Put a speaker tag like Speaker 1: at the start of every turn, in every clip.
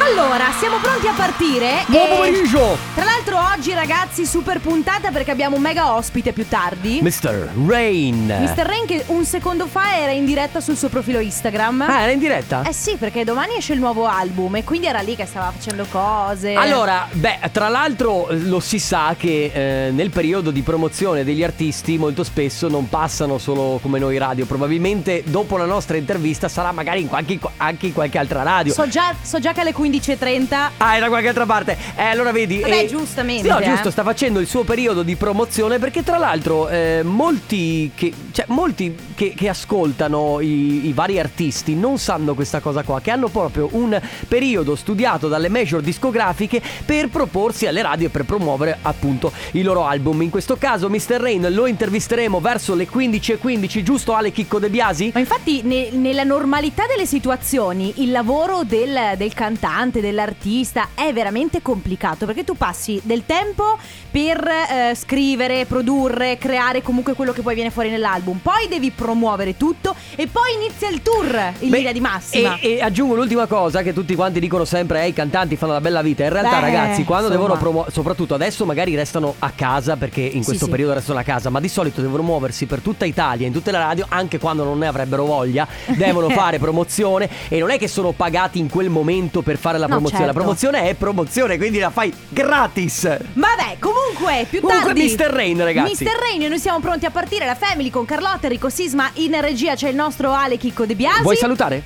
Speaker 1: Allora, siamo pronti a partire.
Speaker 2: Buon
Speaker 1: e-
Speaker 2: pomeriggio,
Speaker 1: Tra l'altro oggi ragazzi super puntata perché abbiamo un mega ospite più tardi.
Speaker 2: Mr. Rain.
Speaker 1: Mr. Rain che un secondo fa era in diretta sul suo profilo Instagram.
Speaker 2: Ah, era in diretta?
Speaker 1: Eh sì, perché domani esce il nuovo album e quindi era lì che stava facendo cose.
Speaker 2: Allora, beh, tra l'altro eh, lo si sa che eh, nel periodo di promozione degli artisti molto spesso non passano solo come noi radio, probabilmente dopo la nostra intervista sarà magari in qualche- anche in qualche altra radio.
Speaker 1: So già, so già che alle 15.30.
Speaker 2: Ah, era qualche altra parte. Eh, allora vedi.
Speaker 1: Vabbè,
Speaker 2: eh,
Speaker 1: giustamente,
Speaker 2: sì, No,
Speaker 1: eh.
Speaker 2: giusto, sta facendo il suo periodo di promozione perché, tra l'altro, eh, molti, che, cioè, molti che, che ascoltano i, i vari artisti non sanno questa cosa qua, che hanno proprio un periodo studiato dalle major discografiche per proporsi alle radio e per promuovere appunto i loro album. In questo caso, Mr. Rain lo intervisteremo verso le 15.15, giusto, Ale Chicco De Biasi?
Speaker 1: Ma infatti ne- nella normalità delle situazioni il lavoro del, del cantante, dell'artista è veramente complicato perché tu passi del tempo per eh, scrivere, produrre, creare comunque quello che poi viene fuori nell'album, poi devi promuovere tutto e poi inizia il tour in
Speaker 2: Beh, eh,
Speaker 1: linea di massima.
Speaker 2: E, e aggiungo l'ultima cosa che tutti quanti dicono sempre: eh, i cantanti fanno la bella vita. In realtà,
Speaker 1: Beh,
Speaker 2: ragazzi, quando
Speaker 1: insomma.
Speaker 2: devono promuovere, soprattutto adesso, magari restano a casa perché in questo
Speaker 1: sì.
Speaker 2: periodo restano a casa, ma di solito devono muoversi per tutta Italia, in tutte le radio, anche quando non ne avrebbero voglia. Devono fare promozione e non è che sono pagati in quel momento per fare la
Speaker 1: No,
Speaker 2: promozione.
Speaker 1: certo. Ah,
Speaker 2: La promozione è promozione, quindi la fai gratis.
Speaker 1: Vabbè, comunque, più
Speaker 2: Comunque,
Speaker 1: tardi.
Speaker 2: Mr. Rain, ragazzi.
Speaker 1: Mr. Rain, noi siamo pronti a partire. La family con Carlotta, Enrico Sisma, in regia c'è il nostro Ale Chicco De Biasi.
Speaker 2: Vuoi salutare?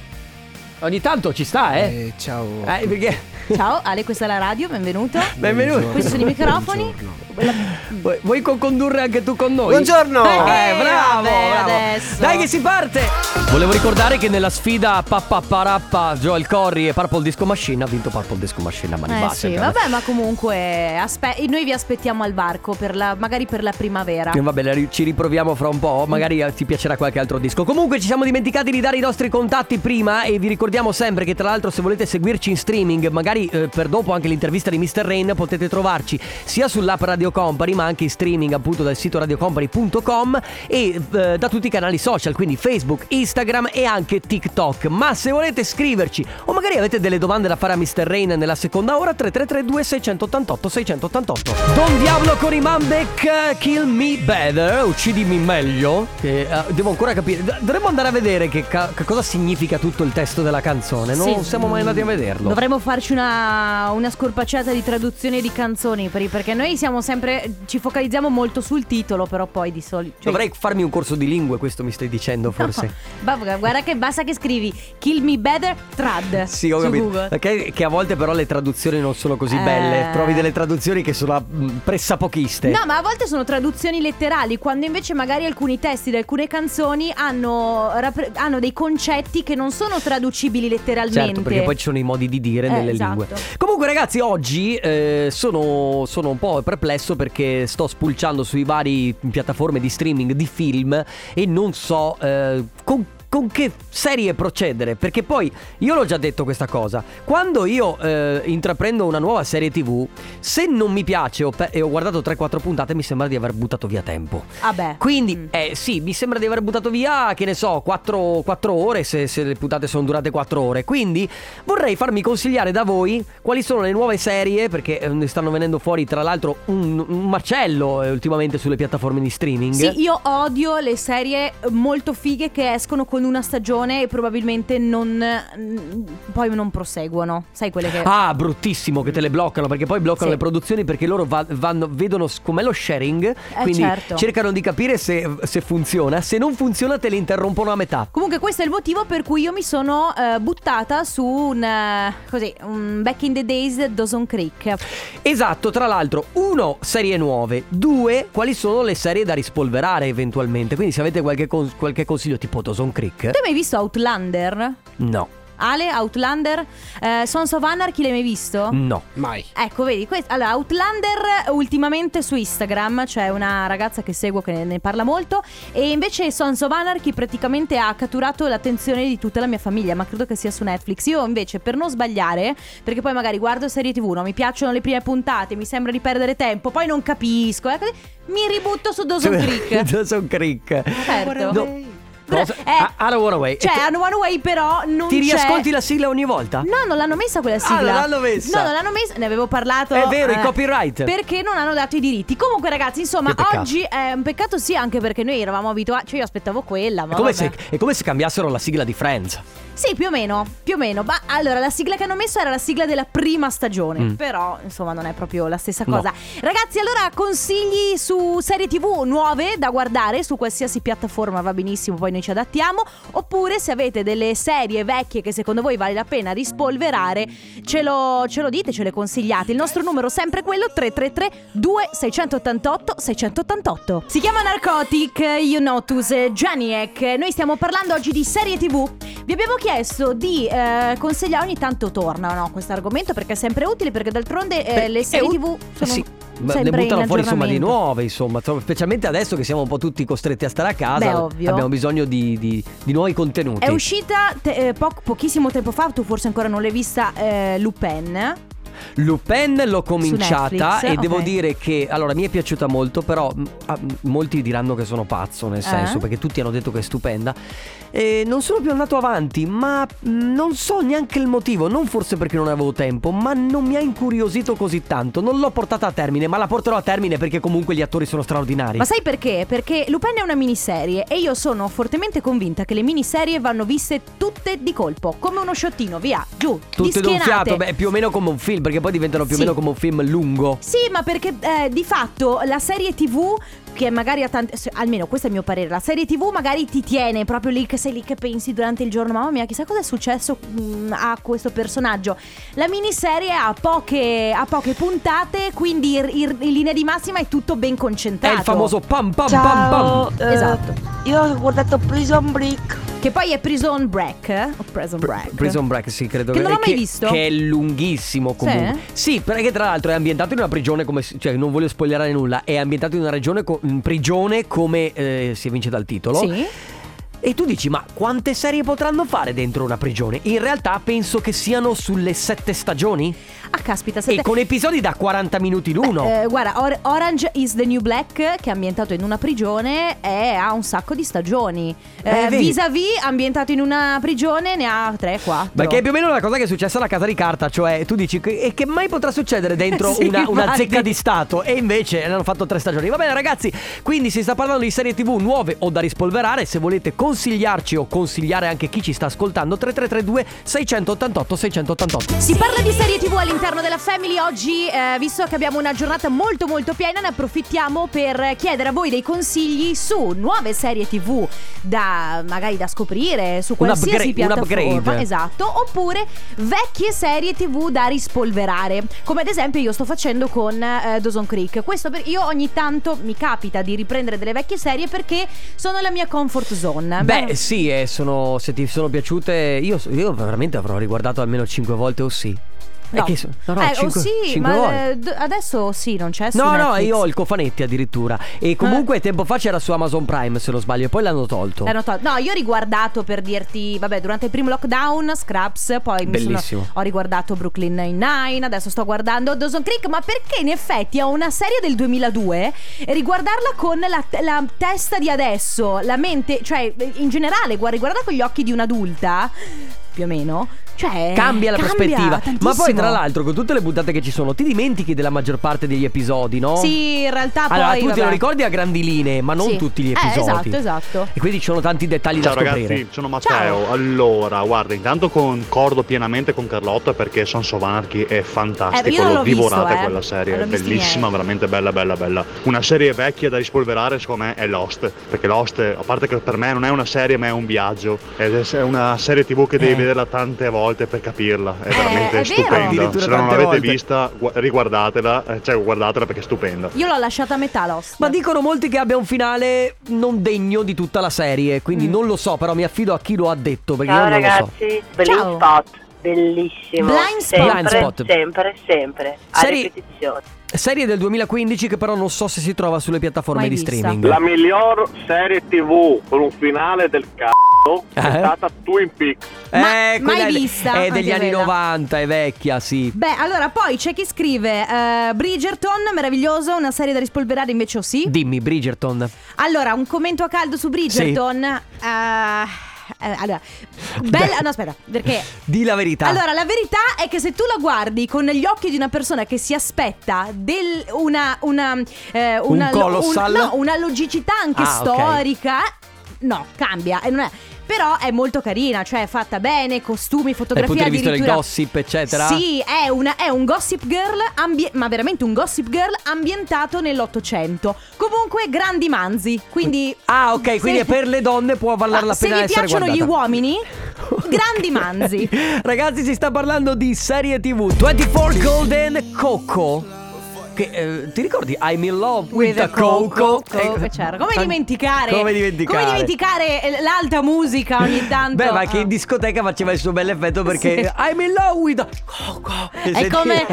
Speaker 2: Ogni tanto ci sta, eh?
Speaker 3: Eh, ciao.
Speaker 2: Eh, perché.
Speaker 1: Ciao, Ale, questa è la radio, benvenuto.
Speaker 2: Benvenuto.
Speaker 1: Questi sono i microfoni.
Speaker 3: Buongiorno.
Speaker 2: Vuoi, vuoi co-condurre anche tu con noi?
Speaker 3: Buongiorno.
Speaker 2: Eh,
Speaker 1: Eh,
Speaker 2: bravo,
Speaker 1: vabbè,
Speaker 2: bravo.
Speaker 1: adesso.
Speaker 2: Dai che si parte! Volevo ricordare che nella sfida Pappa Parappa, Joel Corry e Purple Disco Machine ha vinto Purple Disco Machine a mani
Speaker 1: Eh
Speaker 2: basse.
Speaker 1: sì,
Speaker 2: cara.
Speaker 1: vabbè, ma comunque aspe- noi vi aspettiamo al barco per la- magari per la primavera.
Speaker 2: Eh, Vabbè, la ri- ci riproviamo fra un po', magari eh, ti piacerà qualche altro disco. Comunque ci siamo dimenticati di dare i nostri contatti prima e vi ricordiamo sempre che tra l'altro se volete seguirci in streaming, magari eh, per dopo anche l'intervista di Mr. Rain, potete trovarci sia sull'app Radio Company ma anche in streaming appunto dal sito radiocompany.com e eh, da tutti i canali social, quindi Facebook, Instagram e anche TikTok. Ma se volete scriverci o magari avete delle domande da fare a Mr. Rain nella seconda ora 3332 688 688. Don Diablo con i Mambek eh, Kill Me Better, uccidimi meglio. Che, eh, devo ancora capire. D- dovremmo andare a vedere che, ca- che cosa significa tutto il testo della canzone. Non
Speaker 1: Sì.
Speaker 2: siamo mai andati a vederlo.
Speaker 1: Dovremmo farci una, una scorpacciata di traduzione di canzoni per- perché noi siamo sempre ci focalizziamo molto sul titolo, però poi di solito cioè-
Speaker 2: Dovrei farmi un corso di lingue, questo mi stai dicendo forse.
Speaker 1: No, va- guarda che basta che scrivi Kill Me Better Trad
Speaker 2: Sì, ho
Speaker 1: su
Speaker 2: capito. Eh,
Speaker 1: Google.
Speaker 2: Perché- che a volte però le traduzioni non sono così belle.
Speaker 1: Eh.
Speaker 2: Trovi delle traduzioni che sono mm, a- mh, pressapochiste.
Speaker 1: No, ma a volte sono traduzioni letterali, quando invece magari alcuni testi di alcune canzoni hanno, rappre- hanno dei concetti che non sono traducibili letteralmente.
Speaker 2: Certo, perché poi ci sono i modi di dire
Speaker 1: Eh,
Speaker 2: nelle
Speaker 1: esatto.
Speaker 2: lingue. Comunque, ragazzi, oggi eh, sono, sono un po' perplesso perché sto spulciando sui vari piattaforme di streaming di film e non so eh, con. con che serie procedere? Perché poi io l'ho già detto questa cosa. Quando io eh, intraprendo una nuova serie TV, se non mi piace ho pe- e ho guardato 3-4 puntate, mi sembra di aver buttato via tempo.
Speaker 1: Vabbè.
Speaker 2: Quindi,
Speaker 1: Mm.
Speaker 2: eh, sì, mi sembra di aver buttato via, che ne so, 4, ore se, se le puntate sono durate 4 ore. Quindi vorrei farmi consigliare da voi quali sono le nuove serie, perché eh, ne stanno venendo fuori tra l'altro un, un macello eh, ultimamente sulle piattaforme di streaming.
Speaker 1: Sì, io odio le serie molto fighe che escono con una stagione e probabilmente non. mm, poi non proseguono. Sai quelle che.
Speaker 2: Ah, bruttissimo che te le bloccano perché poi bloccano
Speaker 1: Sì.
Speaker 2: le produzioni perché loro va- vanno, vedono s- com'è lo sharing, quindi
Speaker 1: certo.
Speaker 2: cercano di capire se, se funziona, se non funziona te le interrompono a metà.
Speaker 1: Comunque, questo è il motivo per cui io mi sono eh, buttata su un. eh, così, un Back in the Days Dawson Creek.
Speaker 2: Esatto, tra l'altro, uno, serie nuove, due, quali sono le serie da rispolverare eventualmente. Quindi se avete qualche, cons- qualche consiglio tipo Dawson Creek,
Speaker 1: Tu hai mai visto Outlander?
Speaker 2: no,
Speaker 1: Ale, Outlander? Eh, Sons of Anarchy l'hai mai visto?
Speaker 2: no.
Speaker 3: Mai.
Speaker 1: Ecco, vedi, quest- allora, Outlander ultimamente su Instagram c'è una ragazza che seguo che ne, ne parla molto e invece Sons of Anarchy praticamente ha catturato l'attenzione di tutta la mia famiglia, ma credo che sia su Netflix. Io invece per non sbagliare, perché poi magari guardo serie TV, non mi piacciono le prime puntate, mi sembra di perdere tempo, poi non capisco, eh, così, mi ributto su Dawson Creek.
Speaker 2: Dawson Creek.
Speaker 1: Certo.
Speaker 2: No.
Speaker 1: Br-
Speaker 2: Cosa?
Speaker 1: eh,
Speaker 2: Ah, Anna Warraway.
Speaker 1: Cioè,
Speaker 2: E tu-
Speaker 1: hanno One Way, però non
Speaker 2: Ti
Speaker 1: c'è-
Speaker 2: riascolti la sigla ogni volta?
Speaker 1: No, non l'hanno messa quella sigla.
Speaker 2: Ah, non l'hanno messa.
Speaker 1: No, non l'hanno messa. Ne avevo parlato. eh,
Speaker 2: È vero, il copyright.
Speaker 1: Perché non hanno dato i diritti. Comunque, ragazzi, insomma,
Speaker 2: Che peccato.
Speaker 1: oggi è un peccato, sì, anche perché noi eravamo abituati. Cioè, io aspettavo quella. Ma
Speaker 2: È come,
Speaker 1: vabbè.
Speaker 2: se, è come se cambiassero la sigla di Friends.
Speaker 1: Sì, più o meno. Più o meno. Ma allora, la sigla che hanno messo era la sigla della prima stagione.
Speaker 2: Mm.
Speaker 1: Però, insomma, non è proprio la stessa
Speaker 2: No.
Speaker 1: cosa. Ragazzi, allora, consigli su serie TV nuove da guardare su qualsiasi piattaforma, va benissimo, poi noi ci adattiamo. Oppure, se avete delle serie vecchie che secondo voi vale la pena rispolverare, ce lo, ce lo dite, ce le consigliate. Il nostro numero è sempre quello 333-2688-688. Si chiama Narcotic, You Notus, Janiek. Noi stiamo parlando oggi di serie TV. Vi abbiamo chiesto di eh, consigliare ogni tanto torna no, questo argomento perché è sempre utile, perché d'altronde eh,
Speaker 2: Beh,
Speaker 1: le
Speaker 2: è
Speaker 1: serie
Speaker 2: ut-
Speaker 1: TV
Speaker 2: Eh
Speaker 1: sono
Speaker 2: sì, ma
Speaker 1: sempre
Speaker 2: ne buttano
Speaker 1: in
Speaker 2: fuori insomma di
Speaker 1: aggiornamento.
Speaker 2: nuove, insomma, Insomma, specialmente adesso che siamo un po' tutti costretti a stare a casa,
Speaker 1: Beh, ovvio.
Speaker 2: abbiamo bisogno di, di- di nuovi contenuti.
Speaker 1: È uscita te- eh, poc- pochissimo tempo fa, tu forse ancora non l'hai vista, eh, Lupin.
Speaker 2: Lupin l'ho cominciata
Speaker 1: Netflix,
Speaker 2: e devo
Speaker 1: ok.
Speaker 2: dire che allora mi è piaciuta molto, però mh, ah, mh, molti diranno che sono pazzo,
Speaker 1: Eh?
Speaker 2: nel senso, perché tutti hanno detto che è stupenda. E non sono più andato avanti, ma mh, non so neanche il motivo, non forse perché non avevo tempo, ma non mi ha incuriosito così tanto. Non l'ho portata a termine, ma la porterò a termine perché comunque gli attori sono straordinari.
Speaker 1: Ma sai perché? Perché Lupin è una miniserie e io sono fortemente convinta che le miniserie vanno viste tutte di colpo, come uno sciottino, via, giù,
Speaker 2: Tutte d'un
Speaker 1: dispienate.
Speaker 2: fiato, beh, più o meno come un film, perché poi diventano più
Speaker 1: Sì.
Speaker 2: o meno come un film lungo.
Speaker 1: Sì, ma perché eh, di fatto la serie TV che magari ha tante se- almeno questo è il mio parere, la serie TV magari ti tiene proprio lì che sei lì che pensi durante il giorno, mamma mia, chissà cosa è successo mm, a questo personaggio. La miniserie ha poche, ha poche puntate, quindi ir- ir- in linea di massima è tutto ben
Speaker 2: È
Speaker 1: concentrato.
Speaker 2: il famoso pam pam pam
Speaker 3: Ciao,
Speaker 2: pam.
Speaker 3: eh,
Speaker 1: Esatto.
Speaker 3: Io ho guardato Prison Break.
Speaker 1: che poi è Prison Break, eh? o Prison
Speaker 2: Pr-
Speaker 1: Break.
Speaker 2: Prison Break, sì, credo
Speaker 1: Che non l'ho mai
Speaker 2: che,
Speaker 1: visto.
Speaker 2: Che è lunghissimo comunque. Sì? perché tra l'altro è ambientato in una prigione come cioè non voglio spoilerare nulla, è ambientato in una regione co- in prigione come eh, si evince dal titolo.
Speaker 1: Sì.
Speaker 2: E tu dici "Ma quante serie potranno fare dentro una prigione?". In realtà penso che siano sulle sette stagioni
Speaker 1: Ah, caspita, sette...
Speaker 2: e con episodi da 40 minuti l'uno.
Speaker 1: Eh, guarda, Or- Orange is the New Black, che è ambientato in una prigione, e ha un sacco di stagioni.
Speaker 2: Eh,
Speaker 1: Eh,
Speaker 2: vedi.
Speaker 1: vis-à-vis, ambientato in una prigione, ne ha 3-4.
Speaker 2: Perché è più o meno la cosa che è successa alla casa di carta, cioè tu dici che, e che mai potrà succedere dentro
Speaker 1: Sì,
Speaker 2: una, una
Speaker 1: infatti.
Speaker 2: zecca di Stato e invece ne hanno fatto tre stagioni. Va bene ragazzi, quindi si sta parlando di serie tv nuove o da rispolverare, se volete consigliarci o consigliare anche chi ci sta ascoltando 3332 688 688.
Speaker 1: Si parla di serie TV all'interno della Family oggi, eh, visto che abbiamo una giornata molto molto piena, ne approfittiamo per chiedere a voi dei consigli su nuove serie TV da magari da scoprire su
Speaker 2: Un
Speaker 1: qualsiasi
Speaker 2: upgrade- un
Speaker 1: piattaforma,
Speaker 2: upgrade.
Speaker 1: esatto, oppure vecchie serie TV da rispolverare, come ad esempio io sto facendo con eh, Dawson Creek. Questo per io ogni tanto mi capita di riprendere delle vecchie serie perché sono la mia comfort zone.
Speaker 2: Beh sì, eh, sono, se ti sono piaciute io, io veramente avrò riguardato almeno 5 volte o sì. E
Speaker 1: No.
Speaker 2: che so- no, no,
Speaker 1: Eh, oh
Speaker 2: cinque-
Speaker 1: sì,
Speaker 2: cinque
Speaker 1: ma
Speaker 2: volte.
Speaker 1: eh, d- adesso sì, non c'è su
Speaker 2: No, no,
Speaker 1: Netflix. Eh.
Speaker 2: io ho il cofanetti addirittura. E comunque tempo fa c'era su Amazon Prime, se non sbaglio, e poi l'hanno tolto.
Speaker 1: L'hanno tolto. No, io ho riguardato per dirti, vabbè, durante il primo lockdown, Scraps, poi mi sono,
Speaker 2: Bellissimo.
Speaker 1: ho riguardato Brooklyn Nine-Nine, adesso sto guardando Dawson Creek, ma perché in effetti ho una serie del 2002 e riguardarla con la, la testa di adesso, la mente, cioè in generale, guarda, riguardarla con gli occhi di un'adulta, più o meno, cioè...
Speaker 2: Cambia la prospettiva. Ma poi,
Speaker 1: tantissimo.
Speaker 2: tra l'altro, con tutte le puntate che ci sono, ti dimentichi della maggior parte degli episodi, no?
Speaker 1: Sì, in realtà
Speaker 2: Allora,
Speaker 1: poi...
Speaker 2: tu te
Speaker 1: vabbè.
Speaker 2: lo ricordi a grandi linee, ma non
Speaker 1: Sì.
Speaker 2: tutti gli
Speaker 1: Eh,
Speaker 2: episodi.
Speaker 1: esatto, esatto.
Speaker 2: E quindi ci sono tanti dettagli
Speaker 4: Ciao
Speaker 2: da scoprire.
Speaker 4: ragazzi, sono Matteo. Allora, guarda, intanto concordo pienamente con Carlotta perché Sons of Anarchy è
Speaker 1: Eh, io
Speaker 4: fantastico.
Speaker 1: non l'ho
Speaker 4: L'ho divorata
Speaker 1: visto, eh.
Speaker 4: quella serie,
Speaker 1: Non
Speaker 4: è
Speaker 1: l'ho visto
Speaker 4: bellissima,
Speaker 1: niente.
Speaker 4: veramente bella, bella, bella. Una serie vecchia da rispolverare, secondo me, è Lost. Perché Lost, a parte che per me non è una serie, ma è un viaggio. Ed È è una serie TV che devi
Speaker 2: Eh.
Speaker 4: vederla tante volte per capirla. È
Speaker 1: Eh,
Speaker 4: veramente
Speaker 1: è vero.
Speaker 4: stupenda.
Speaker 2: Addirittura
Speaker 4: Se non
Speaker 2: tante
Speaker 4: l'avete
Speaker 2: volte.
Speaker 4: vista, gu- riguardatela, eh, cioè guardatela perché è stupenda.
Speaker 1: Io l'ho lasciata a metà Lost.
Speaker 2: Ma dicono molti che abbia un finale non degno di tutta la serie, quindi
Speaker 1: Mm.
Speaker 2: non lo so, però mi affido a chi lo ha detto, perché io
Speaker 5: Ciao
Speaker 2: non lo so.
Speaker 5: ragazzi, Blind
Speaker 1: Ciao.
Speaker 5: Spot, bellissimo.
Speaker 1: Blind Spot.
Speaker 5: Sempre,
Speaker 2: Blind Spot.
Speaker 5: sempre, sempre, a
Speaker 2: Serie-
Speaker 5: ripetizione.
Speaker 2: Serie del 2015 che però non so se si trova sulle piattaforme
Speaker 1: Mai
Speaker 2: di
Speaker 1: vista.
Speaker 2: streaming.
Speaker 6: La miglior serie TV con un finale del c***o.
Speaker 2: Eh?
Speaker 6: è stata Twin Peaks.
Speaker 1: Ma- mai
Speaker 2: eh, quella è-
Speaker 1: vista,
Speaker 2: È degli
Speaker 1: anche
Speaker 2: anni
Speaker 1: quella.
Speaker 2: 90, è vecchia, sì.
Speaker 1: Beh, allora poi c'è chi scrive eh, Bridgerton, meraviglioso, una serie da rispolverare invece o sì.
Speaker 2: Dimmi, Bridgerton.
Speaker 1: Allora, un commento a caldo su Bridgerton. Eh, eh, allora, bella,
Speaker 2: Beh.
Speaker 1: no, aspetta, perché
Speaker 2: Di la verità.
Speaker 1: Allora, la verità è che se tu la guardi con gli occhi di una persona che si aspetta del- una, una, eh, una-
Speaker 2: colossal?
Speaker 1: un- no, una logicità anche
Speaker 2: Ah, ok.
Speaker 1: storica, no, cambia. e non è- Però è molto carina, cioè è fatta bene, costumi,
Speaker 2: dal punto
Speaker 1: fotografia
Speaker 2: di vista del
Speaker 1: addirittura.
Speaker 2: gossip, eccetera.
Speaker 1: Sì, è, una- è un gossip girl, ambie- ma veramente un gossip girl ambientato nell'Ottocento. Comunque, grandi manzi. Quindi.
Speaker 2: Ah, ok, quindi
Speaker 1: se-
Speaker 2: è per le donne può valere
Speaker 1: Ah,
Speaker 2: la pena
Speaker 1: Se vi
Speaker 2: essere
Speaker 1: piacciono gli
Speaker 2: guardata.
Speaker 1: uomini, grandi manzi.
Speaker 2: Ragazzi, si sta parlando di serie TV 24 Golden Coco. Che eh, ti ricordi I'm in love with, a
Speaker 1: Coco,
Speaker 2: Coco? Eh,
Speaker 1: certo. Come
Speaker 2: tan-
Speaker 1: dimenticare?
Speaker 2: Come dimenticare?
Speaker 1: come dimenticare, eh, l'alta musica ogni tanto?
Speaker 2: Beh, ma che
Speaker 1: Ah.
Speaker 2: in discoteca faceva il suo bel effetto perché
Speaker 1: Sì.
Speaker 2: I'm in love with a Coco. Eh,
Speaker 1: È come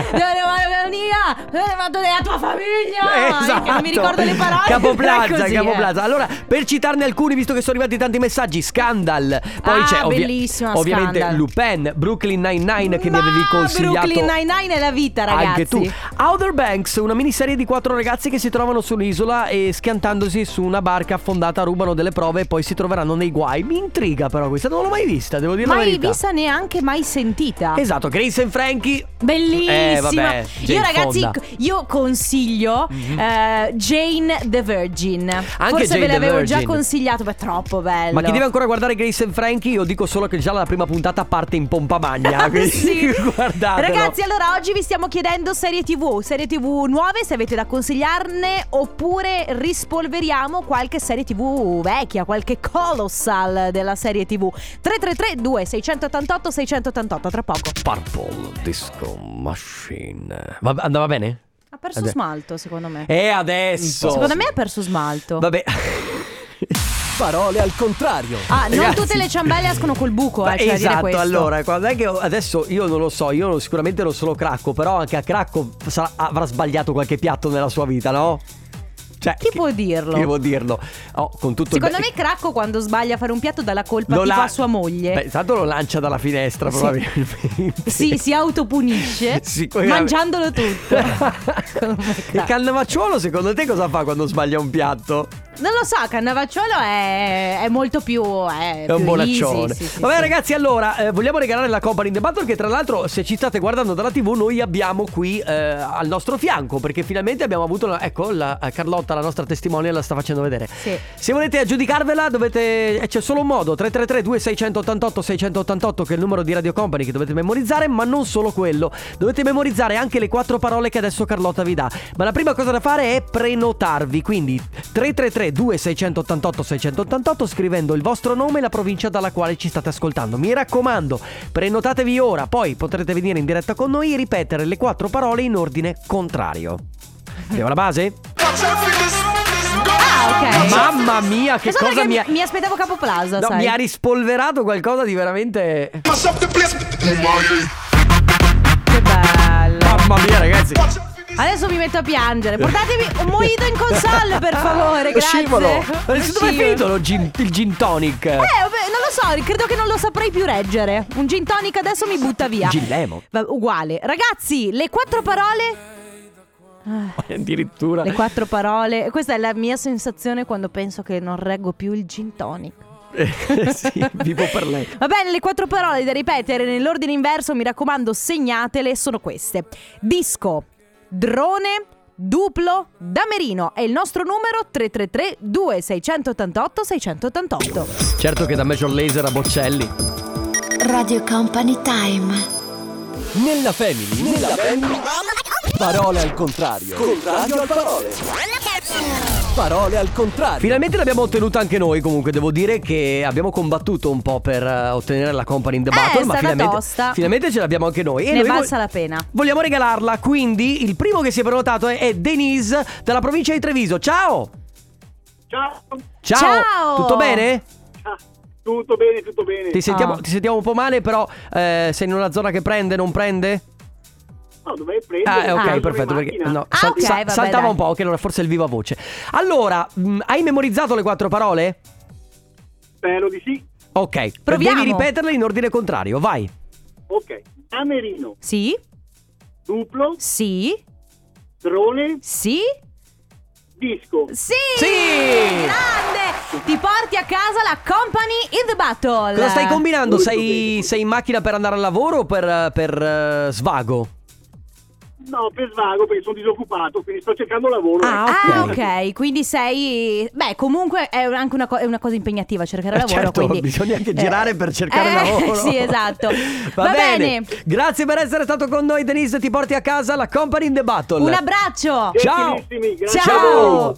Speaker 1: vado della tua famiglia.
Speaker 2: Esatto.
Speaker 1: Che non mi ricordo le parole.
Speaker 2: Capoplaza,
Speaker 1: Così, eh.
Speaker 2: Capoplaza. Allora, per citarne alcuni, visto che sono arrivati tanti messaggi, Scandal. Poi
Speaker 1: Ah,
Speaker 2: c'è ovvia-
Speaker 1: bellissima,
Speaker 2: ovviamente
Speaker 1: Scandal.
Speaker 2: Lupin, Brooklyn Nine-Nine che mi
Speaker 1: Ma
Speaker 2: avevi consigliato.
Speaker 1: Brooklyn Nine-Nine è la vita, ragazzi.
Speaker 2: Anche tu. Outer Banks, una miniserie di quattro ragazzi che si trovano su un'isola e schiantandosi su una barca affondata rubano delle prove e poi si troveranno nei guai. Mi intriga però questa, non l'ho mai vista, devo dire la
Speaker 1: Mai
Speaker 2: verità.
Speaker 1: vista neanche mai sentita.
Speaker 2: Esatto, Grace and Frankie.
Speaker 1: Bellissima.
Speaker 2: Eh, vabbè,
Speaker 1: io
Speaker 2: Jane
Speaker 1: ragazzi,
Speaker 2: Fonda. Mhm.
Speaker 1: io consiglio eh, Jane the Virgin. Forse
Speaker 2: Jane
Speaker 1: ve
Speaker 2: the
Speaker 1: l'avevo già
Speaker 2: Virgin.
Speaker 1: consigliato, ma è troppo bello.
Speaker 2: Ma chi deve ancora guardare Grace and Frankie? Io dico solo che già la prima puntata parte in pompa magna. Quindi
Speaker 1: Sì.
Speaker 2: guardatelo.
Speaker 1: Ragazzi, allora oggi vi stiamo chiedendo serie TV, serie TV nuove se avete da consigliarne oppure rispolveriamo qualche serie TV vecchia, qualche colossal della serie TV. 333 2688 688 tra poco.
Speaker 2: Purple Disco Machine. Va- andava bene?
Speaker 1: Ha perso
Speaker 2: Vabbè.
Speaker 1: smalto, secondo me.
Speaker 2: E adesso.
Speaker 1: Secondo me ha perso smalto.
Speaker 2: Vabbè. Parole al contrario.
Speaker 1: Ah, non
Speaker 2: Ragazzi.
Speaker 1: tutte le ciambelle escono col buco, eh, cioè dire
Speaker 2: esatto,
Speaker 1: questo.
Speaker 2: allora, quando è che io- adesso io non lo so, io non- sicuramente non sono cracco, però anche a cracco sarà- avrà sbagliato qualche piatto nella sua vita, no? Cioè,
Speaker 1: Chi
Speaker 2: che-
Speaker 1: può dirlo?
Speaker 2: Chi può dirlo? Oh, con tutto il
Speaker 1: Secondo
Speaker 2: be-
Speaker 1: me Cracco quando sbaglia a fare un piatto dà la colpa
Speaker 2: lo
Speaker 1: tipo
Speaker 2: la-
Speaker 1: a sua moglie.
Speaker 2: Beh, tanto lo lancia dalla finestra,
Speaker 1: Sì.
Speaker 2: probabilmente.
Speaker 1: Sì, si autopunisce
Speaker 2: Sicuramente.
Speaker 1: mangiandolo tutto. Oh
Speaker 2: Il cannavacciuolo, secondo te, cosa fa quando sbaglia un piatto?
Speaker 1: non lo so, Cannavacciolo è, è molto più. È,
Speaker 2: È un
Speaker 1: più
Speaker 2: bonaccione.
Speaker 1: easy, sì, sì,
Speaker 2: Vabbè,
Speaker 1: sì.
Speaker 2: ragazzi, allora eh, vogliamo regalare la Company in the Battle. Che tra l'altro, se ci state guardando dalla TV, noi abbiamo qui eh, al nostro fianco. Perché finalmente abbiamo avuto. la- ecco, la, eh, Carlotta, la nostra testimone, la sta facendo vedere.
Speaker 1: Sì.
Speaker 2: Se volete aggiudicarvela, dovete. eh, C'è solo un modo: 333-2688-688, che è il numero di Radio Company che dovete memorizzare. Ma non solo quello, dovete memorizzare anche le quattro parole che adesso Carlotta vi dà. Ma la prima cosa da fare è prenotarvi. Quindi 333-2688-688, scrivendo il vostro nome e la provincia dalla quale ci state ascoltando. Mi raccomando, prenotatevi ora, poi potrete venire in diretta con noi e ripetere le quattro parole in ordine contrario. Abbiamo la base?
Speaker 1: Ah, ok.
Speaker 2: Mamma mia, che
Speaker 1: Pensavo
Speaker 2: cosa
Speaker 1: perché
Speaker 2: mi ha.
Speaker 1: Mi aspettavo Capoplaza,
Speaker 2: No,
Speaker 1: sai.
Speaker 2: mi ha rispolverato qualcosa di veramente.
Speaker 1: Che bello.
Speaker 2: Mamma mia, ragazzi.
Speaker 1: Oh, Adesso mi metto a piangere. Portatemi un mojito in console, per favore.
Speaker 2: Lo
Speaker 1: Grazie.
Speaker 2: scivolo.
Speaker 1: Lo
Speaker 2: Ma Dove è
Speaker 1: scivolo.
Speaker 2: finito lo gin- il gin tonic?
Speaker 1: Eh, vabbè, non lo so, credo che non lo saprei più reggere. Un gin tonic adesso mi butta via.
Speaker 2: Gin lemon.
Speaker 1: Va- uguale. Ragazzi, le quattro parole.
Speaker 2: Addirittura.
Speaker 1: Le quattro parole. Questa è la mia sensazione quando penso che non reggo più il gin tonic.
Speaker 2: Eh, sì, vivo per lei.
Speaker 1: Va bene, le quattro parole da ripetere nell'ordine inverso, mi raccomando, segnatele, sono queste. Disco, drone, duplo, damerino. È il nostro numero 333 2688 688.
Speaker 2: Certo che da Major Laser a Boccelli.
Speaker 7: Radio Company Time.
Speaker 2: Nella family. Nella family. Parole al contrario. Contrario al parole. Parole al contrario. Finalmente l'abbiamo ottenuta anche noi. Comunque, devo dire che abbiamo combattuto un po' per eh, ottenere la company in the
Speaker 1: Eh,
Speaker 2: battle.
Speaker 1: è
Speaker 2: ma
Speaker 1: stata
Speaker 2: finalmente,
Speaker 1: tosta.
Speaker 2: finalmente ce l'abbiamo anche noi. E
Speaker 1: Ne
Speaker 2: noi vo-
Speaker 1: valsa la pena.
Speaker 2: Vogliamo regalarla, quindi il primo che si è prenotato è, è Denise dalla provincia di Treviso. Ciao!
Speaker 6: Ciao,
Speaker 2: Ciao!
Speaker 1: Ciao!
Speaker 2: Tutto bene?
Speaker 6: tutto bene, tutto bene.
Speaker 2: Ti sentiamo,
Speaker 1: Ah.
Speaker 2: ti sentiamo un po' male, però eh, sei in una zona che prende, non prende?
Speaker 6: No, dovevi prendere.
Speaker 2: Ah, eh, ok,
Speaker 1: sono in
Speaker 2: perfetto. Perché, no,
Speaker 1: Ah, ok, vabbè,
Speaker 2: saltava
Speaker 1: dai.
Speaker 2: un po', che non era forse il viva mm, voce. Allora, mh, hai memorizzato le quattro parole?
Speaker 6: Spero di sì.
Speaker 2: Ok,
Speaker 1: Proviamo.
Speaker 2: devi ripeterle in ordine contrario, vai.
Speaker 6: Ok. Amerino,
Speaker 1: Sì,
Speaker 6: duplo,
Speaker 1: sì,
Speaker 6: drone,
Speaker 1: sì,
Speaker 6: disco.
Speaker 1: sì!
Speaker 2: Sì!
Speaker 1: Grande! Ti porti a casa la Company in the Battle.
Speaker 2: Cosa stai combinando?
Speaker 6: Molto
Speaker 2: Sei,
Speaker 6: bene.
Speaker 2: sei in macchina per andare al lavoro o per, per, eh, svago?
Speaker 6: No, per svago perché sono disoccupato, quindi sto cercando lavoro.
Speaker 2: Ah,
Speaker 6: ecco.
Speaker 1: Ah, ok, quindi sei. Beh, comunque è anche una, co- è una cosa impegnativa cercare
Speaker 2: Eh,
Speaker 1: lavoro.
Speaker 2: certo,
Speaker 1: quindi-
Speaker 2: bisogna anche
Speaker 1: eh,
Speaker 2: girare per cercare
Speaker 1: eh,
Speaker 2: lavoro.
Speaker 1: Sì, esatto.
Speaker 2: Va,
Speaker 1: Va,
Speaker 2: bene.
Speaker 1: bene.
Speaker 2: Grazie per essere stato con noi, Denise. Ti porti a casa la Company in the Battle.
Speaker 1: Un abbraccio.
Speaker 2: Ciao.
Speaker 6: Gentilissimi, grazie
Speaker 1: Ciao.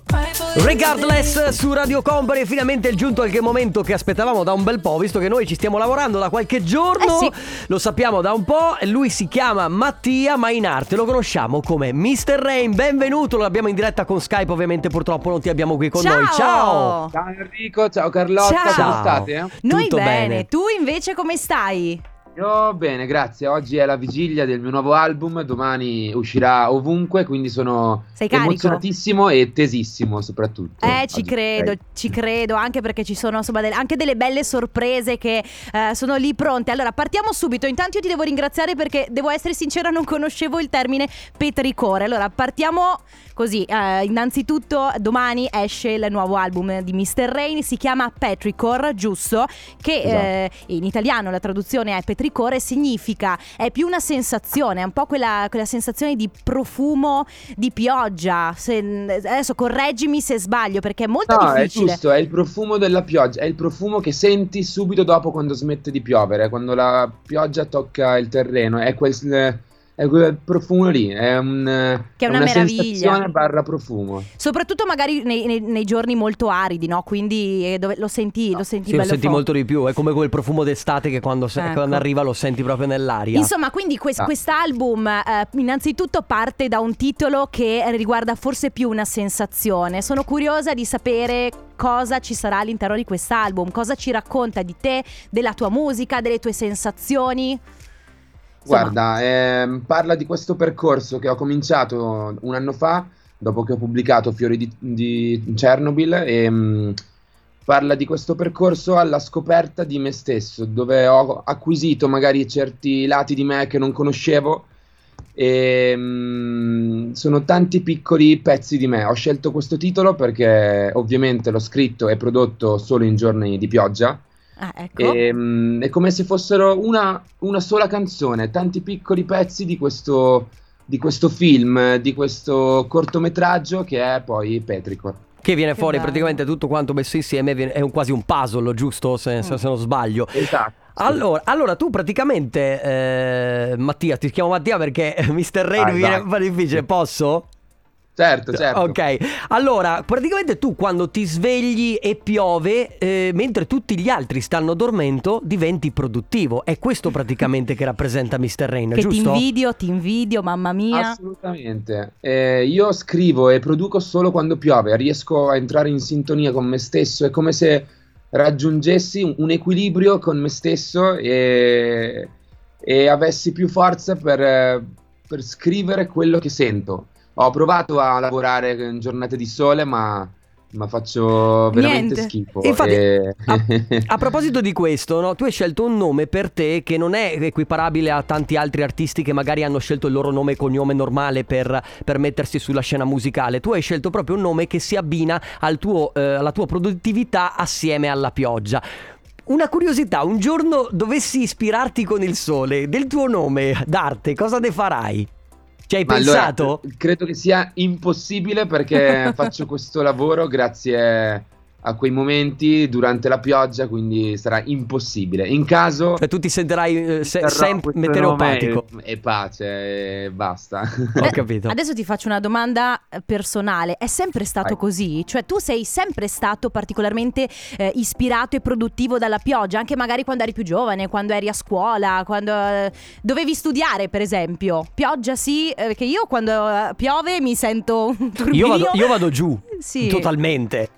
Speaker 2: Regardless su Radio Company finalmente è giunto anche il momento che aspettavamo da un bel po', visto che noi ci stiamo lavorando da qualche giorno,
Speaker 1: Eh sì.
Speaker 2: lo sappiamo da un po', lui si chiama Mattia ma in arte lo conosciamo come Mr. Rain, benvenuto, lo abbiamo in diretta con Skype ovviamente purtroppo non ti abbiamo qui con noi, ciao!
Speaker 8: Ciao Enrico, ciao Carlotta,
Speaker 1: Ciao.
Speaker 8: come state?
Speaker 1: Noi
Speaker 2: Tutto
Speaker 1: bene.
Speaker 2: bene.
Speaker 1: tu invece come stai?
Speaker 8: Io bene, grazie. Oggi è la vigilia del mio nuovo album, domani uscirà ovunque, quindi sono
Speaker 1: Sei carico?
Speaker 8: emozionatissimo e tesissimo soprattutto.
Speaker 1: Eh, ci
Speaker 8: Oggi.
Speaker 1: credo,
Speaker 8: Ok.
Speaker 1: ci credo, anche perché ci sono insomma, delle- anche delle belle sorprese che eh, sono lì pronte. Allora, partiamo subito. Intanto io ti devo ringraziare perché devo essere sincera, non conoscevo il termine petricore. Allora, partiamo così. Eh, innanzitutto, domani esce il nuovo album di Mr. Rain, si chiama Petricore, giusto? Che eh, in italiano la traduzione è petricore, significa è più una sensazione, è un po' quella, quella sensazione di profumo di pioggia. Se- adesso correggimi se sbaglio, perché è molto
Speaker 8: No, è
Speaker 1: difficile.
Speaker 8: giusto, è il profumo della pioggia, è il profumo che senti subito dopo quando smette di piovere, quando la pioggia tocca il terreno, è quel, è quel profumo lì, è, un,
Speaker 1: Che è una meraviglia.
Speaker 8: sensazione barra profumo.
Speaker 1: Soprattutto magari nei, nei- nei giorni molto aridi, no? Quindi eh, dove- lo senti, lo senti
Speaker 2: Sì, lo
Speaker 1: bello
Speaker 2: senti
Speaker 1: forte.
Speaker 2: molto di più, è come quel profumo d'estate che quando, se-
Speaker 1: Ecco.
Speaker 2: quando arriva lo senti proprio nell'aria.
Speaker 1: Insomma, quindi quest-
Speaker 8: Ah.
Speaker 1: quest'album eh, innanzitutto parte da un titolo che riguarda forse più una sensazione. Sono curiosa di sapere cosa ci sarà all'interno di quest'album, cosa ci racconta di te, della tua musica, delle tue sensazioni. Insomma,
Speaker 8: Guarda, ehm, parla di questo percorso che ho cominciato un anno fa, dopo che ho pubblicato Fiori di, di Chernobyl, e mh, parla di questo percorso alla scoperta di me stesso, dove ho acquisito magari certi lati di me che non conoscevo. E, mh, sono tanti piccoli pezzi di me. Ho scelto questo titolo perché ovviamente l'ho scritto e prodotto solo in giorni di pioggia.
Speaker 1: ah, ecco.
Speaker 8: E, mm, è come se fossero una, una sola canzone, tanti piccoli pezzi di questo, di questo film, di questo cortometraggio che è poi Petricor.
Speaker 2: Che viene
Speaker 1: Che
Speaker 2: fuori
Speaker 1: bello.
Speaker 2: praticamente tutto quanto messo insieme, viene- è un- quasi un puzzle, giusto? Se,
Speaker 1: Mm.
Speaker 2: se- se non sbaglio.
Speaker 8: Esatto.
Speaker 2: Allora, allora, tu praticamente, eh, Mattia, ti chiamo Mattia perché Mr. Rain
Speaker 8: Vai,
Speaker 2: mi viene
Speaker 8: vai.
Speaker 2: un po' difficile, posso?
Speaker 8: Certo, certo.
Speaker 2: Ok, allora, praticamente tu quando ti svegli e piove, eh, mentre tutti gli altri stanno dormendo, diventi produttivo. È questo praticamente che rappresenta Mr. Rain,
Speaker 1: Che ti
Speaker 2: giusto?
Speaker 1: invidio, ti invidio, mamma mia.
Speaker 8: Assolutamente. Eh, io scrivo e produco solo quando piove, riesco a entrare in sintonia con me stesso, è come se raggiungessi un- un equilibrio con me stesso e, e avessi più forza per, eh, per scrivere quello che sento. Ho provato a lavorare in giornate di sole, ma, ma faccio veramente
Speaker 1: Niente.
Speaker 8: schifo.
Speaker 2: Infatti,
Speaker 8: e-
Speaker 2: a, a proposito di questo, no, tu hai scelto un nome per te che non è equiparabile a tanti altri artisti che magari hanno scelto il loro nome e cognome normale per, per mettersi sulla scena musicale. Tu hai scelto proprio un nome che si abbina al tuo, eh, alla tua produttività assieme alla pioggia. Una curiosità, un giorno dovessi ispirarti con il sole del tuo nome d'arte, cosa ne farai? Ci hai
Speaker 8: Ma allora, eh,
Speaker 2: pensato?
Speaker 8: credo che sia impossibile perché faccio questo lavoro grazie a quei momenti durante la pioggia, quindi sarà impossibile. In caso
Speaker 2: Cioè, tu ti sentirai eh, se-
Speaker 8: terrò
Speaker 2: sempre
Speaker 8: questo
Speaker 2: meteoropatico.
Speaker 8: nome E, e pace, e basta.
Speaker 2: Ho capito.
Speaker 1: Adesso ti faccio una domanda eh, personale. È sempre stato
Speaker 8: Vai.
Speaker 1: così? Cioè, tu sei sempre stato particolarmente eh, ispirato e produttivo dalla pioggia, anche magari quando eri più giovane, quando eri a scuola, quando eh, dovevi studiare, per esempio. Pioggia sì, eh, perché io quando eh, piove mi sento un
Speaker 2: Io
Speaker 1: turbinio.
Speaker 2: vado, io vado giù,
Speaker 1: Sì.
Speaker 2: totalmente.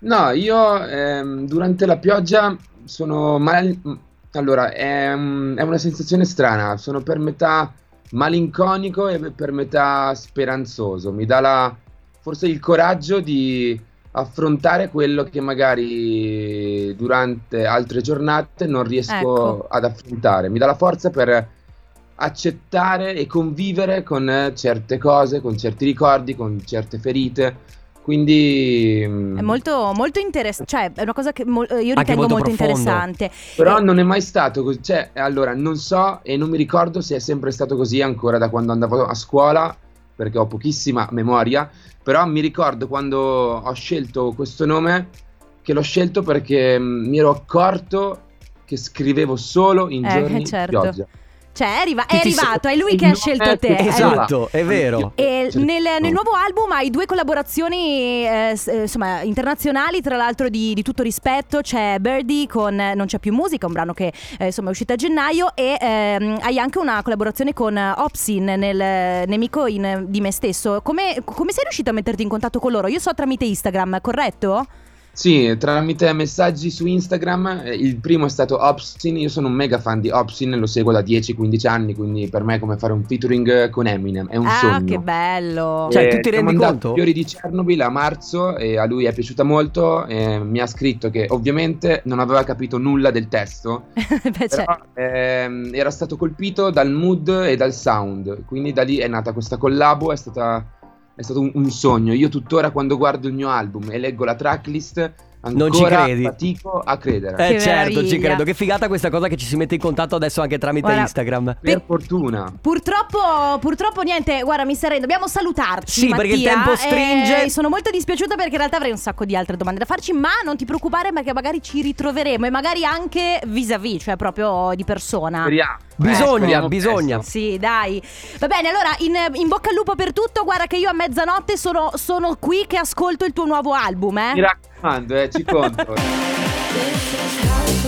Speaker 8: No, io ehm, durante la pioggia sono mal... Allora, è, un- è una sensazione strana, sono per metà malinconico e per metà speranzoso. Mi dà la... forse il coraggio di affrontare quello che magari durante altre giornate non riesco
Speaker 1: Ecco.
Speaker 8: ad affrontare. Mi dà la forza per accettare e convivere con eh, certe cose, con certi ricordi, con certe ferite. Quindi mm,
Speaker 1: È molto, molto interessante, cioè è una cosa che mo- io
Speaker 2: Anche
Speaker 1: ritengo
Speaker 2: molto
Speaker 1: molto,
Speaker 2: profondo.
Speaker 1: interessante.
Speaker 8: Però
Speaker 1: Eh,
Speaker 8: non è mai stato così, cioè allora non so e non mi ricordo se è sempre stato così ancora da quando andavo a scuola, perché ho pochissima memoria, però mi ricordo quando ho scelto questo nome, che l'ho scelto perché mh, mi ero accorto che scrivevo solo in
Speaker 1: Eh,
Speaker 8: giorni
Speaker 1: certo.
Speaker 8: di pioggia.
Speaker 1: Cioè è, arriva- è
Speaker 2: Chi ti sa-
Speaker 1: arrivato, è lui che ha
Speaker 8: No,
Speaker 1: scelto
Speaker 8: eh,
Speaker 1: te.
Speaker 8: sì,
Speaker 1: è
Speaker 2: Esatto,
Speaker 1: lui.
Speaker 2: è vero.
Speaker 1: E
Speaker 8: Certo.
Speaker 1: nel, nel nuovo album hai due collaborazioni eh, s- eh, insomma, internazionali, tra l'altro di, di tutto rispetto. C'è Birdie con eh, Non c'è più musica, un brano che eh, insomma, è uscito a gennaio, e ehm, hai anche una collaborazione con eh, Opsin, nel eh, nemico in- di me stesso. Come, come sei riuscito a metterti in contatto con loro? Io so tramite Instagram, corretto?
Speaker 8: Sì, tramite messaggi su Instagram, eh, il primo è stato Opsin, io sono un mega fan di Opsin, lo seguo da 10-15 anni, quindi per me è come fare un featuring eh, con Eminem, è un
Speaker 1: ah,
Speaker 8: sogno.
Speaker 1: che bello!
Speaker 2: Cioè,
Speaker 8: Eh,
Speaker 2: tu ti
Speaker 8: siamo
Speaker 2: rendi
Speaker 8: andati
Speaker 2: conto?
Speaker 8: a Fiori di Chernobyl a marzo e a lui è piaciuta molto. e mi ha scritto che ovviamente non aveva capito nulla del testo,
Speaker 1: Beh, cioè,
Speaker 8: però ehm, era stato colpito dal mood e dal sound. Quindi da lì è nata questa collabo, è, stata, è stato un, un sogno. Io tuttora quando guardo il mio album e leggo la tracklist
Speaker 2: Non ci
Speaker 8: ancora
Speaker 2: credi.
Speaker 8: fatico a credere.
Speaker 2: Eh
Speaker 1: Che
Speaker 2: certo, ci
Speaker 1: meraviglia.
Speaker 2: credo. Che figata questa cosa che ci si mette in contatto adesso anche tramite
Speaker 1: Guarda,
Speaker 2: Instagram.
Speaker 8: Per fortuna.
Speaker 2: Ah.
Speaker 1: Purtroppo, purtroppo niente, guarda mi sarei, dobbiamo salutarci
Speaker 2: Sì, perché il
Speaker 1: Mattia,
Speaker 2: tempo stringe.
Speaker 1: e sono molto dispiaciuta perché in realtà avrei un sacco di altre domande da farci Ma non ti preoccupare perché magari ci ritroveremo e magari anche vis-à-vis, cioè proprio di persona
Speaker 8: Speriamo.
Speaker 2: Bisogna,
Speaker 8: Eh, speriamo
Speaker 2: bisogna.
Speaker 8: presto.
Speaker 1: Sì, dai Va bene, allora in, in bocca al lupo per tutto Guarda che io a mezzanotte sono, sono qui che ascolto il tuo nuovo album eh.
Speaker 8: Mi raccomando, eh, ci conto.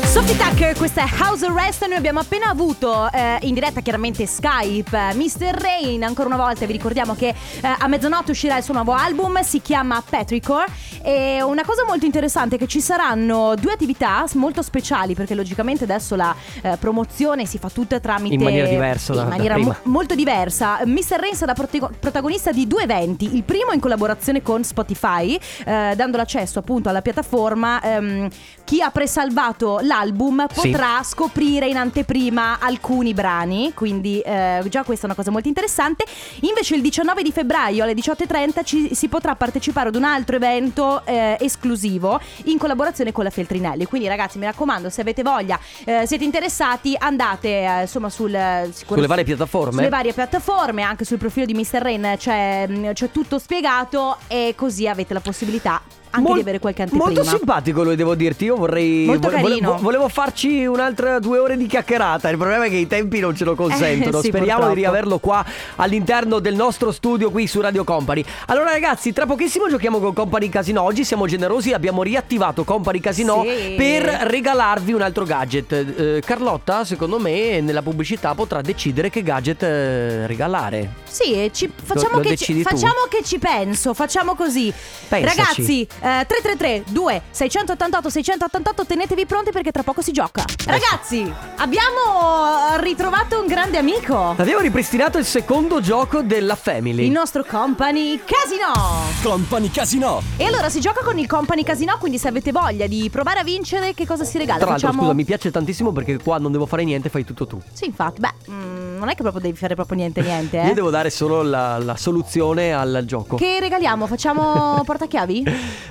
Speaker 1: Sophie Tucker, questa è House Arrest. Noi abbiamo appena avuto eh, in diretta chiaramente Skype eh, Mr. Rain. Ancora una volta vi ricordiamo che eh, a mezzanotte uscirà il suo nuovo album, si chiama Petrichor. E una cosa molto interessante è che ci saranno due attività s- molto speciali, perché logicamente adesso la eh, promozione si fa tutta tramite.
Speaker 2: In maniera diversa da-
Speaker 1: in
Speaker 2: da
Speaker 1: maniera
Speaker 2: prima.
Speaker 1: mo- molto diversa. Mr. Rain sarà protego- protagonista di due eventi. Il primo in collaborazione con Spotify, eh, dando l'accesso appunto alla piattaforma. ehm, chi ha presalvato l'album
Speaker 2: Sì.
Speaker 1: potrà scoprire in anteprima alcuni brani, quindi eh, già questa è una cosa molto interessante. Invece il 19 di febbraio alle 18.30 ci, si potrà partecipare ad un altro evento eh, esclusivo in collaborazione con la Feltrinelli. Quindi ragazzi mi raccomando, se avete voglia, eh, siete interessati, andate eh, insomma sul...
Speaker 2: Sulle
Speaker 1: Sulle
Speaker 2: varie piattaforme.
Speaker 1: varie piattaforme, anche sul profilo di Mr. Rain c'è, mh, c'è tutto spiegato e così avete la possibilità anche
Speaker 2: Mol-
Speaker 1: di avere qualche anteprima.
Speaker 2: Molto simpatico lui, devo dirti. Io vorrei.
Speaker 1: Molto carino.
Speaker 2: volevo farci un'altra due ore di chiacchierata. Il problema è che i tempi non ce lo consentono.
Speaker 1: Eh, sì,
Speaker 2: Speriamo
Speaker 1: purtroppo.
Speaker 2: di riaverlo qua all'interno del nostro studio qui su Radio Company. Allora, ragazzi, tra pochissimo giochiamo con Company Casino. Oggi siamo generosi, abbiamo riattivato Company Casino
Speaker 1: Sì.
Speaker 2: per regalarvi un altro gadget. Eh, Carlotta, secondo me, nella pubblicità potrà decidere che gadget eh, regalare.
Speaker 1: Sì, e ci- facciamo,
Speaker 2: lo
Speaker 1: che ci,
Speaker 2: decidi tu.
Speaker 1: facciamo che ci penso, facciamo così.
Speaker 2: Pensaci.
Speaker 1: Ragazzi, eh, 333 2 688 688 tenetevi pronti perché tra poco si gioca. Ragazzi, abbiamo eh, ritrovato un grande amico,
Speaker 2: Abbiamo ripristinato il secondo gioco della Family.
Speaker 1: il nostro company Casino.
Speaker 2: Company Casino.
Speaker 1: E allora si gioca con il company Casino, quindi se avete voglia di provare a vincere, che cosa si regala?
Speaker 2: Tra l'altro,
Speaker 1: Facciamo-
Speaker 2: scusa, mi piace tantissimo perché qua non devo fare niente, fai tutto tu.
Speaker 1: Sì, infatti, beh, mm, non è che proprio devi fare proprio niente niente, eh.
Speaker 2: Io devo dare solo la, la soluzione al gioco.
Speaker 1: Che regaliamo? Facciamo portachiavi?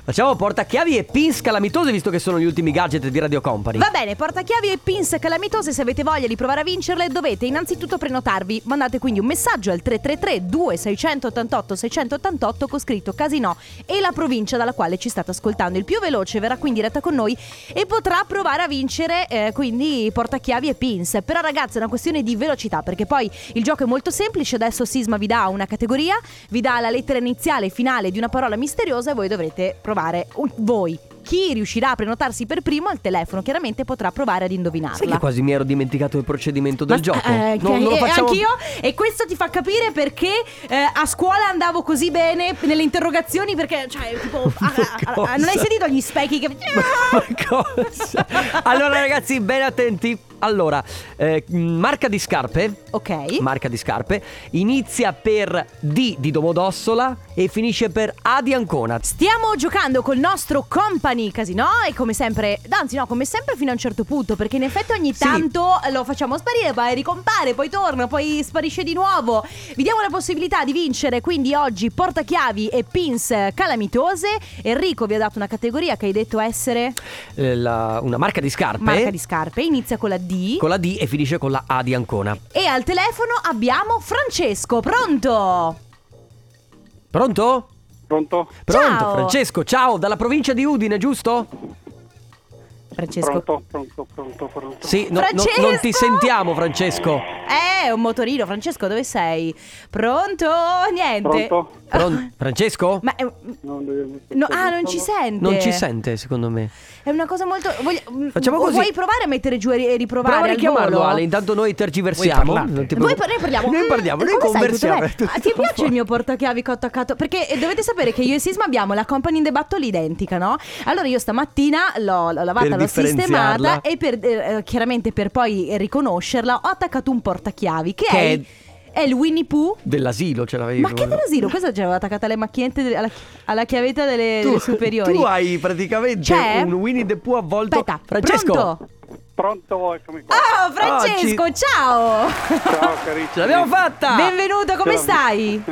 Speaker 2: Facciamo portachiavi e pins calamitose, visto che sono gli ultimi gadget di Radio Company.
Speaker 1: Va bene, portachiavi e pins calamitose, se avete voglia di provare a vincerle dovete innanzitutto prenotarvi. Mandate quindi un messaggio al 333 2688 688 con scritto Casino e la provincia dalla quale ci state ascoltando. Il più veloce verrà qui in diretta con noi e potrà provare a vincere eh, quindi portachiavi e pins. Però ragazzi è una questione di velocità perché poi il gioco è molto semplice, adesso Sisma vi dà una categoria, vi dà la lettera iniziale e finale di una parola misteriosa e voi dovrete provare un- voi. Chi riuscirà a prenotarsi per primo al telefono chiaramente potrà provare ad indovinarla.
Speaker 2: Sai che quasi mi ero dimenticato il procedimento del
Speaker 1: Ma-
Speaker 2: gioco.
Speaker 1: eh,
Speaker 2: Non- non lo
Speaker 1: eh,
Speaker 2: facciamo-
Speaker 1: Anch'io e questo ti fa capire perché eh, a scuola andavo così bene nelle interrogazioni perché cioè tipo
Speaker 2: Ma
Speaker 1: ah, ah, ah,
Speaker 2: cosa?
Speaker 1: non hai sentito gli specchi che
Speaker 2: Ma cosa? Allora, ragazzi, ben attenti. Allora, eh, marca di scarpe.
Speaker 1: Ok.
Speaker 2: Marca di scarpe. Inizia per D di Domodossola e finisce per A di Ancona.
Speaker 1: Stiamo giocando col nostro company casino e come sempre, anzi no, come sempre fino a un certo punto, perché in effetti ogni
Speaker 2: Sì.
Speaker 1: tanto lo facciamo sparire, poi ricompare, poi torna, poi sparisce di nuovo. Vi diamo la possibilità di vincere, quindi oggi portachiavi e pins calamitose. Enrico vi ha dato una categoria che hai detto essere
Speaker 2: Eh, la- una marca di scarpe.
Speaker 1: marca di scarpe, inizia con la D
Speaker 2: con la D e finisce con la A di Ancona.
Speaker 1: e al telefono abbiamo Francesco, pronto?
Speaker 2: Pronto?
Speaker 6: Pronto?
Speaker 2: Pronto,
Speaker 1: Ciao.
Speaker 2: Francesco, ciao, dalla provincia di Udine, giusto?
Speaker 1: Francesco.
Speaker 6: Pronto, pronto, pronto, pronto.
Speaker 2: Sì, no- no-
Speaker 1: Francesco!
Speaker 2: non ti sentiamo, Francesco.
Speaker 1: Eh, un motorino, Francesco, dove sei? Pronto? Niente. Eh,
Speaker 6: Pronto?
Speaker 1: Ah.
Speaker 2: Pron- Francesco?
Speaker 1: Ma è-
Speaker 6: Non devo-
Speaker 1: no, ah, non ci sente.
Speaker 2: Non ci sente, secondo me.
Speaker 1: È una cosa molto. voglio- mm,
Speaker 2: Facciamo così.
Speaker 1: Vuoi provare a mettere giù e ri- e riprovare?
Speaker 2: Prova a
Speaker 1: al
Speaker 2: richiamarlo,
Speaker 1: volo?
Speaker 2: Ale. Intanto noi tergiversiamo.
Speaker 9: parlate?
Speaker 2: Non ti
Speaker 1: Voi
Speaker 2: preoccupare.
Speaker 1: noi parliamo.
Speaker 2: Noi
Speaker 1: Mm,
Speaker 2: parliamo, noi
Speaker 1: come stai?
Speaker 2: conversiamo.
Speaker 1: Tutto bene? Ah, ti piace il mio portachiavi cotto a cotto? Perché eh, dovete sapere che io e Sisma abbiamo la company in the battle identica, no? Allora io stamattina l'ho, l'ho lavata,
Speaker 2: Per
Speaker 1: l'ho sistemata
Speaker 2: differenziarla.
Speaker 1: e per, eh, chiaramente per poi riconoscerla ho attaccato un portachiavi che,
Speaker 2: Che
Speaker 1: è, il- è il Winnie Pooh.
Speaker 2: Dell'asilo ce l'avevi.
Speaker 1: Ma che brasilo? Questa c'era attaccata alle macchiette delle- alla, alla chiavetta delle, delle superiori.
Speaker 2: Tu hai praticamente
Speaker 1: C'è?
Speaker 2: un Winnie the Pooh avvolto.
Speaker 1: Aspetta,
Speaker 2: Francesco,
Speaker 1: pronto?
Speaker 6: Pronto, eccomi qua.
Speaker 1: Oh, Francesco,
Speaker 2: Ah, ci-
Speaker 1: ciao!
Speaker 6: Ciao carissimi.
Speaker 2: ce l'abbiamo fatta.
Speaker 1: Benvenuto, come
Speaker 6: Ciao.
Speaker 1: stai?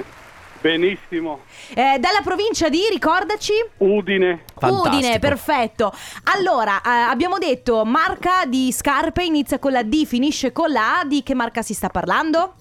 Speaker 6: Benissimo.
Speaker 1: Eh, dalla provincia di, ricordaci?
Speaker 6: Udine.
Speaker 2: Fantastico.
Speaker 1: Udine, perfetto. Allora, eh, abbiamo detto marca di scarpe, inizia con la D, finisce con la A. Di che marca si sta parlando?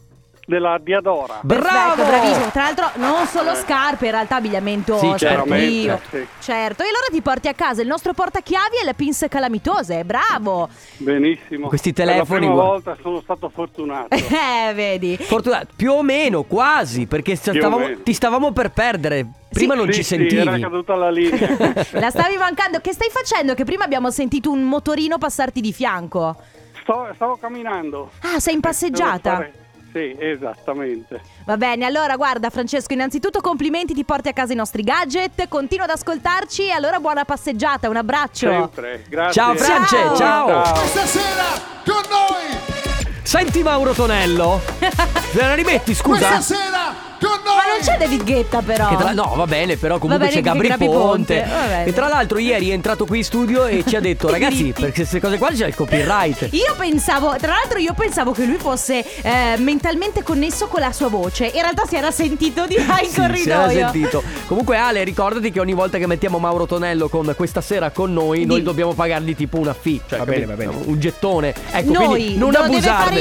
Speaker 6: Della Diadora.
Speaker 2: Bravo!
Speaker 1: Perfetto, bravissimo. Tra l'altro, non solo scarpe, in realtà abbigliamento
Speaker 2: Sì, certo.
Speaker 1: sportivo.
Speaker 6: Veramente, sì.
Speaker 1: Certo, e allora ti porti a casa il nostro portachiavi e la pinza calamitose. Bravo!
Speaker 6: Benissimo.
Speaker 2: Questi
Speaker 6: Per la
Speaker 2: telefoni,
Speaker 6: prima
Speaker 2: guarda.
Speaker 6: volta sono stato fortunato.
Speaker 1: Eh, vedi.
Speaker 2: Fortunato, più o meno, quasi, perché
Speaker 6: o
Speaker 2: stavamo-
Speaker 6: meno.
Speaker 2: ti stavamo per perdere. Prima non
Speaker 6: Sì,
Speaker 2: ci
Speaker 6: sì,
Speaker 2: sentivi.
Speaker 6: era caduta la linea.
Speaker 1: La stavi mancando. Che stai facendo? Che prima abbiamo sentito un motorino passarti di fianco.
Speaker 6: Sto- stavo camminando.
Speaker 1: Ah, sei in passeggiata.
Speaker 6: Devo fare- Sì, esattamente.
Speaker 1: Va bene, allora guarda Francesco, innanzitutto complimenti, ti porti a casa i nostri gadget, continua ad ascoltarci e allora buona passeggiata, un abbraccio.
Speaker 6: Sempre. Grazie.
Speaker 2: Ciao, France,
Speaker 1: Ciao.
Speaker 2: ciao.
Speaker 6: ciao.
Speaker 2: Senti Mauro Tonello. Te la rimetti, scusa.
Speaker 1: Ma non c'è David Guetta però.
Speaker 2: Che tra- no, va bene, però comunque
Speaker 1: Va bene,
Speaker 2: c'è Gabri
Speaker 1: Gabri
Speaker 2: Ponte.
Speaker 1: Ponte, va bene.
Speaker 2: E tra l'altro ieri è entrato qui in studio e ci ha detto, ragazzi,
Speaker 1: Dritti.
Speaker 2: per queste cose qua c'è il copyright.
Speaker 1: Io pensavo, tra l'altro io pensavo che lui fosse eh, mentalmente connesso con la sua voce, in realtà si era sentito di là in
Speaker 2: Sì, si era
Speaker 1: corridoio.
Speaker 2: sentito. Comunque Ale, ricordati che ogni volta che mettiamo Mauro Tonello con questa sera con noi, noi dobbiamo pagargli tipo una fee, cioè,
Speaker 9: Va
Speaker 2: capito?
Speaker 9: bene, va bene.
Speaker 2: un gettone. Ecco,
Speaker 1: Noi,
Speaker 2: quindi non
Speaker 1: lo
Speaker 2: abusarne.
Speaker 1: deve fare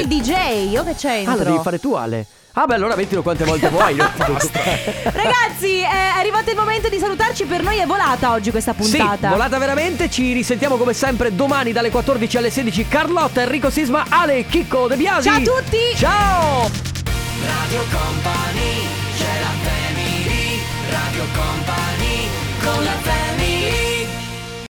Speaker 1: il DJ, io che c'entro?
Speaker 2: Ah, lo devi fare tu Ale. Ah beh, allora mettilo quante volte vuoi. non ti preoccupare.
Speaker 1: Ragazzi, eh, è arrivato il momento di salutarci, per noi è volata oggi questa puntata.
Speaker 2: Sì, volata veramente. Ci risentiamo come sempre domani dalle 14 alle 16. Carlotta, Enrico Sisma, Ale, Chicco De Biasi.
Speaker 1: Ciao a tutti!
Speaker 2: Ciao! Radio Company, c'è la family. Radio Company, con la family.